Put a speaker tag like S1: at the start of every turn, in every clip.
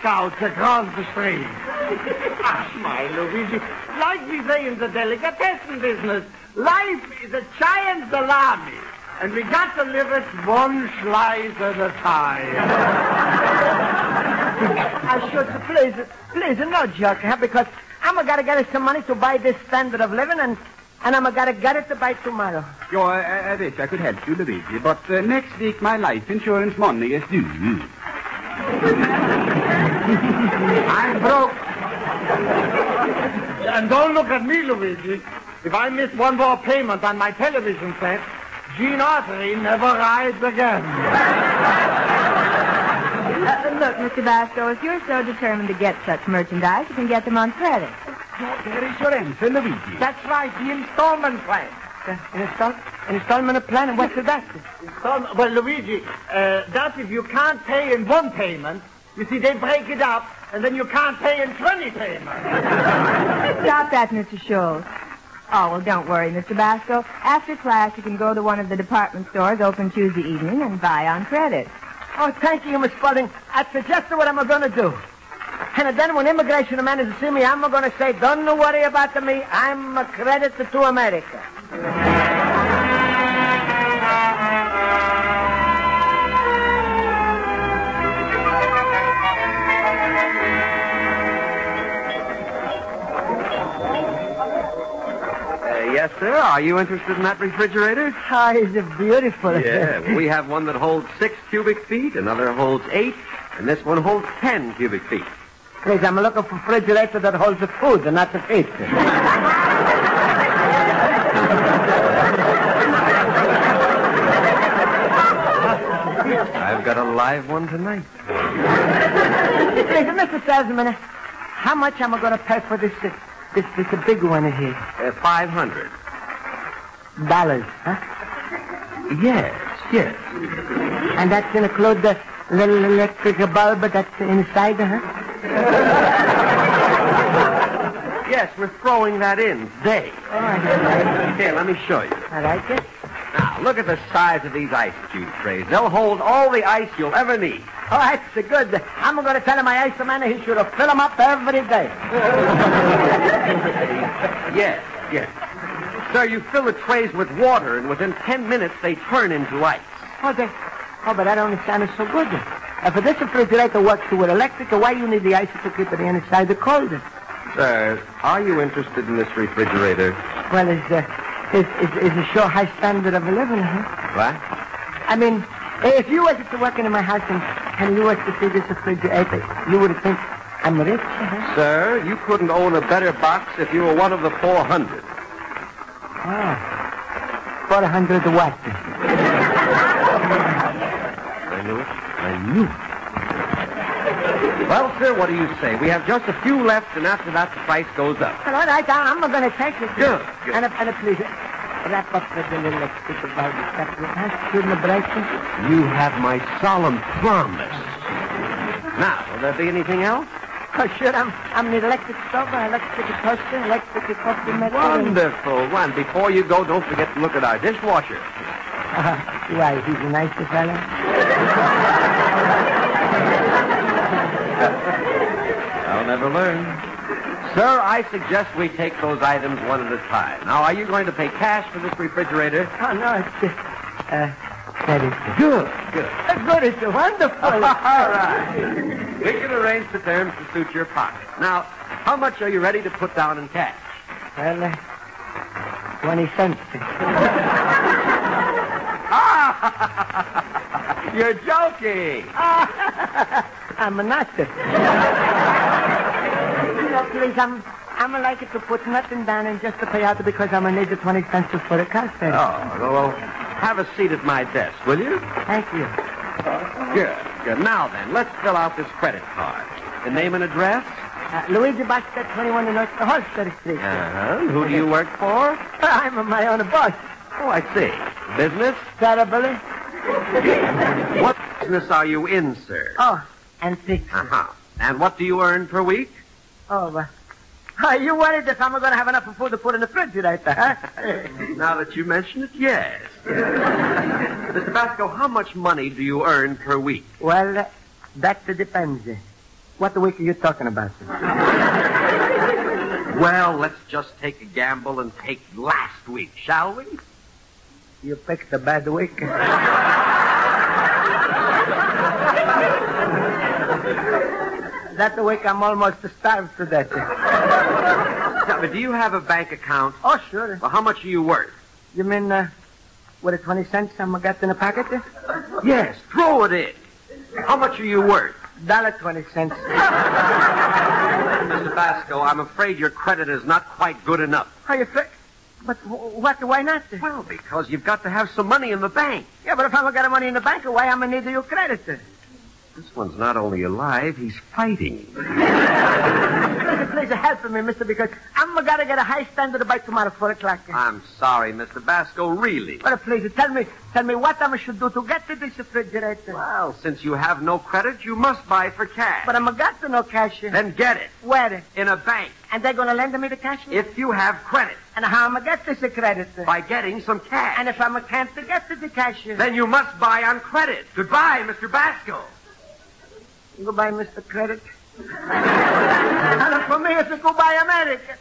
S1: Scouts across the street. Ah, my Luigi. Like we say in the delicatessen business, life is a giant salami. And we got to live it one slice at a time.
S2: I should please, please, no joke, huh? because I'm a gotta get us some money to buy this standard of living, and and I'm a gotta get it to buy tomorrow.
S3: You're uh, uh, rich. I could help you, Luigi. But uh, next week, my life insurance money is due.
S2: Mm-hmm.
S1: I'm broke. And don't look at me, Luigi. If I miss one more payment on my television set, Gene Autry never rides again.
S4: Uh, look, Mr. Basco, if you're so determined to get such merchandise, you can get them on credit.
S3: There is your answer, Luigi.
S2: That's right, the installment plan. Uh, an, install, an installment plan, and what's that?
S1: Some, well, Luigi, uh, that's if you can't pay in one payment. You see, they break it up, and then you can't pay in 20 payments.
S4: Stop that, Mr. Scholes. Oh, well, don't worry, Mr. Basco. After class, you can go to one of the department stores open Tuesday evening and buy on credit.
S2: Oh, thank you, Miss Spalding. That's exactly what I'm going to do. And then when immigration manages to see me, I'm going to say, don't you worry about me. I'm a credit to America.
S3: Uh, yes, sir. Are you interested in that refrigerator?
S2: Ah, is it beautiful?
S3: Yeah, we have one that holds six cubic feet, another holds eight, and this one holds ten cubic feet.
S2: Please, I'm looking for a refrigerator that holds the food and not the feet.
S3: I've got a live one tonight.
S2: Please, Mr. Salesman, how much am I going to pay for this, uh, this, this uh, big one here?
S3: Uh, Five hundred.
S2: Dollars, huh?
S3: Yes, yes.
S2: And that's going to include the little electric bulb that's inside, huh?
S3: Yes, we're throwing that in today.
S2: All right,
S3: Here, let me show you.
S2: I like it.
S3: Now, look at the size of these ice cube trays. They'll hold all the ice you'll ever need.
S2: Oh, that's good. I'm going to tell my ice man he should fill them up every day.
S3: Yes, yes. Sir, you fill the trays with water, and within ten minutes, they turn into ice.
S2: Oh, they, oh but that only sounded so good. If this refrigerator works with electric, why you need the ice to keep it inside the cold?
S3: Sir, are you interested in this refrigerator?
S2: Well, it's, uh, it's, it's, it's a sure high standard of living, huh?
S3: What?
S2: I mean, if you was to work in my house and, and you was to see this refrigerator, you would think I'm rich, huh?
S3: Sir, you couldn't own a better box if you were one of the 400.
S2: Oh. 400 what?
S3: I knew it. I knew it. Well, sir, what do you say? We have just a few left, and after that, the price goes up.
S2: All right, I, I'm going to take it.
S3: Good, good.
S2: And, uh, and uh, please, uh, wrap up with the little stick of bulb stuff. You have to the braces.
S3: You have my solemn promise. Now, will there be anything else?
S2: Oh, sure, I'm, I'm an electric stove, an electric toaster, an electric coffee maker. and-
S3: Wonderful. One. Before you go, don't forget to look at our dishwasher.
S2: Why, he's a nice fella.
S3: I'll never learn. Sir, I suggest we take those items one at a time. Now, are you going to pay cash for this refrigerator?
S2: Oh, no, it's just, uh, that
S3: Good, good.
S2: is uh, good. It's
S3: All
S2: wonderful.
S3: right. We can arrange the terms to suit your pocket. Now, how much are you ready to put down in cash?
S2: well, uh, 20 cents.
S3: You're joking.
S2: I'm not. you know, please, I'm, I'm likely to put nothing down and just to pay out because I'm going to need the 20 cents for the car fare.
S3: Oh, well, have a seat at my desk, will you?
S2: Thank you.
S3: Good. Good. Now then, let's fill out this credit card. The name and address?
S2: Uh, Luigi Bastet, 21 in North Halstead Street.
S3: Uh-huh. And Who do you work for?
S2: I'm my own boss.
S3: Oh, I see. Business?
S2: Terribly.
S3: What business are you in, sir?
S2: Oh, and six.
S3: Uh-huh. And what do you earn per week?
S2: Oh, uh, are you worried if I'm going to have enough food to put in the refrigerator, huh?
S3: Now that you mention it, yes. Mr. Basco, how much money do you earn per week?
S2: well, uh, that depends. What week are you talking about?
S3: Well, let's just take a gamble and take last week, shall we?
S2: You picked a bad week. that week I'm almost starved to death.
S3: Now, but do you have a bank account?
S2: Oh, sure.
S3: Well, how much are you worth?
S2: You mean, uh, what, a 20 cents I'm got in a pocket?
S3: Yes, throw it in. How much are you worth?
S2: Dollar 20 cents.
S3: Mr. Basco, I'm afraid your credit is not quite good enough.
S2: How you fi- But wh- what, why not?
S3: Well, because you've got to have some money in the bank.
S2: Yeah, but if I'm got money in the bank, why am I need your credit?
S3: This one's not only alive, he's fighting.
S2: Please, please help me, mister, because I'm going to get a high standard by tomorrow, 4 o'clock.
S3: I'm sorry, Mr. Basco, really.
S2: Well, please, tell me, tell me what I should do to get to this refrigerator.
S3: Well, since you have no credit, you must buy for cash.
S2: But I'm got to no cash.
S3: Then get it
S2: Where?
S3: in a bank
S2: And they're going to lend me the cash?
S3: if you have credit
S2: And how am I get this credit?
S3: by getting some cash.
S2: And if I'm can't get to the cash?
S3: Then you must buy on credit. Goodbye, Mr. Basco.
S2: Goodbye, Mr. Credit. and for me, it's a goodbye, America.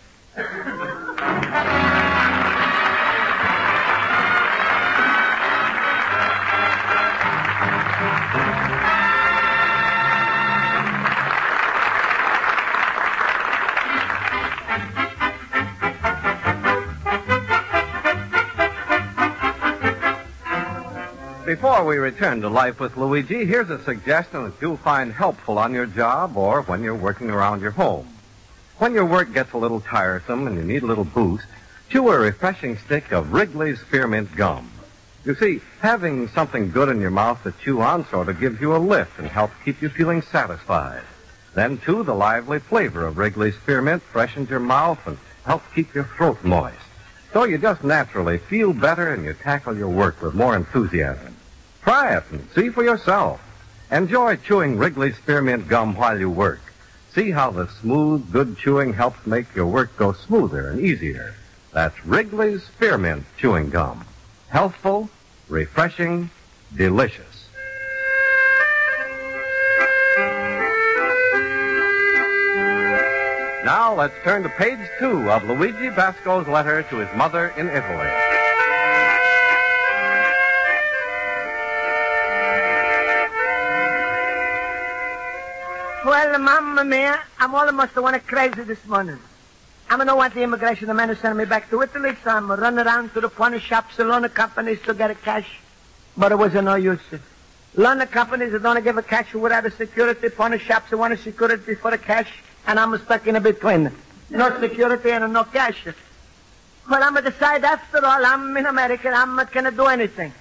S5: Before we return to Life with Luigi, here's a suggestion that you'll find helpful on your job or when you're working around your home. When your work gets a little tiresome and you need a little boost, chew a refreshing stick of Wrigley's Spearmint Gum. You see, having something good in your mouth to chew on sort of gives you a lift and helps keep you feeling satisfied. Then, too, the lively flavor of Wrigley's Spearmint freshens your mouth and helps keep your throat moist. So you just naturally feel better and you tackle your work with more enthusiasm. Try it and see for yourself. Enjoy chewing Wrigley's Spearmint Gum while you work. See how the smooth, good chewing helps make your work go smoother and easier. That's Wrigley's Spearmint Chewing Gum. Healthful, refreshing, delicious. Now let's turn to page two of Luigi Basco's letter to his mother in Italy.
S2: Well, Mamma Mia, I'm almost one crazy this morning. I don't know what the immigration man is sending me back to Italy, so I'm running around to the pawn shops and loan companies to get a cash. But it was of no use. Loan companies that don't give a cash without a security, pawn shops that want a security for the cash, and I'm stuck in between. No security and no cash. Well, I'm going to decide after all, I'm in America, I'm not going to do anything.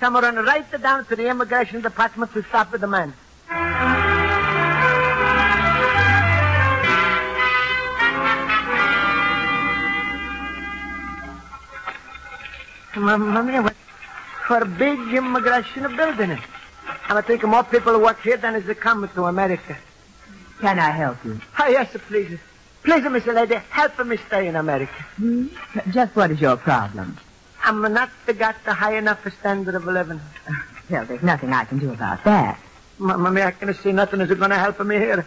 S2: So I'm going to run right down to the immigration department to stop the man. Mamma mia, what for a big immigration building. And I think more people work here than is come to America.
S4: Can I help you?
S2: Ah, yes, please. Please, Miss Lady, help me stay in America.
S4: Just what is your problem?
S2: I'm not got the high enough standard of living.
S4: Well, there's nothing I can do about that.
S2: Mamma mia, I can see nothing is going to help me here.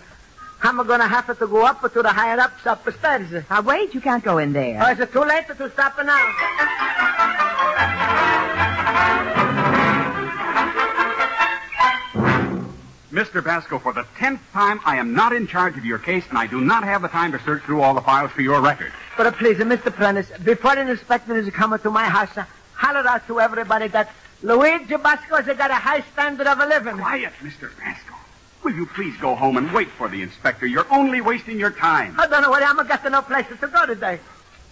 S2: I'm going to have to go up to the higher ups upstairs.
S4: Now, wait, you can't go in there.
S2: Or is it too late to stop now?
S6: Mr. Basco, for the tenth time, I am not in charge of your case, and I do not have the time to search through all the files for your record.
S2: But uh, please, uh, Mr. Prentice, before an inspector is coming to my house, uh, holler out to everybody that Luigi Basco's got a high standard of living.
S6: Quiet, Mr. Basco. Will you please go home and wait for the inspector? You're only wasting your time.
S2: I don't know where I'm got no place to go today.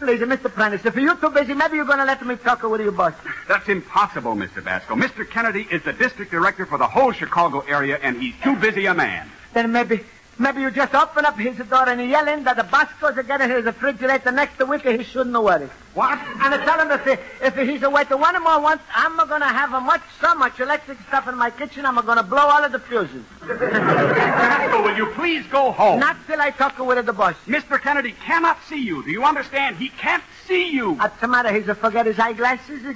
S2: Lady, Mr. Prentice, if you're too busy, maybe you're going to let me talk with your boss.
S6: That's impossible, Mr. Basco. Mr. Kennedy is the district director for the whole Chicago area, and he's too busy a man.
S2: Then maybe, maybe you just open up his door and yell in that the Bosco's are getting his refrigerator next week and he shouldn't worry.
S6: What?
S2: And I tell him if, he, if he's away to one more once, I'm going to have a much, so much electric stuff in my kitchen, I'm going to blow all of the fuses.
S6: Basco, will you please go home?
S2: Not till I talk with the boss.
S6: Mr. Kennedy cannot see you. Do you understand? He can't see you.
S2: What's the matter? He's a forget his eyeglasses?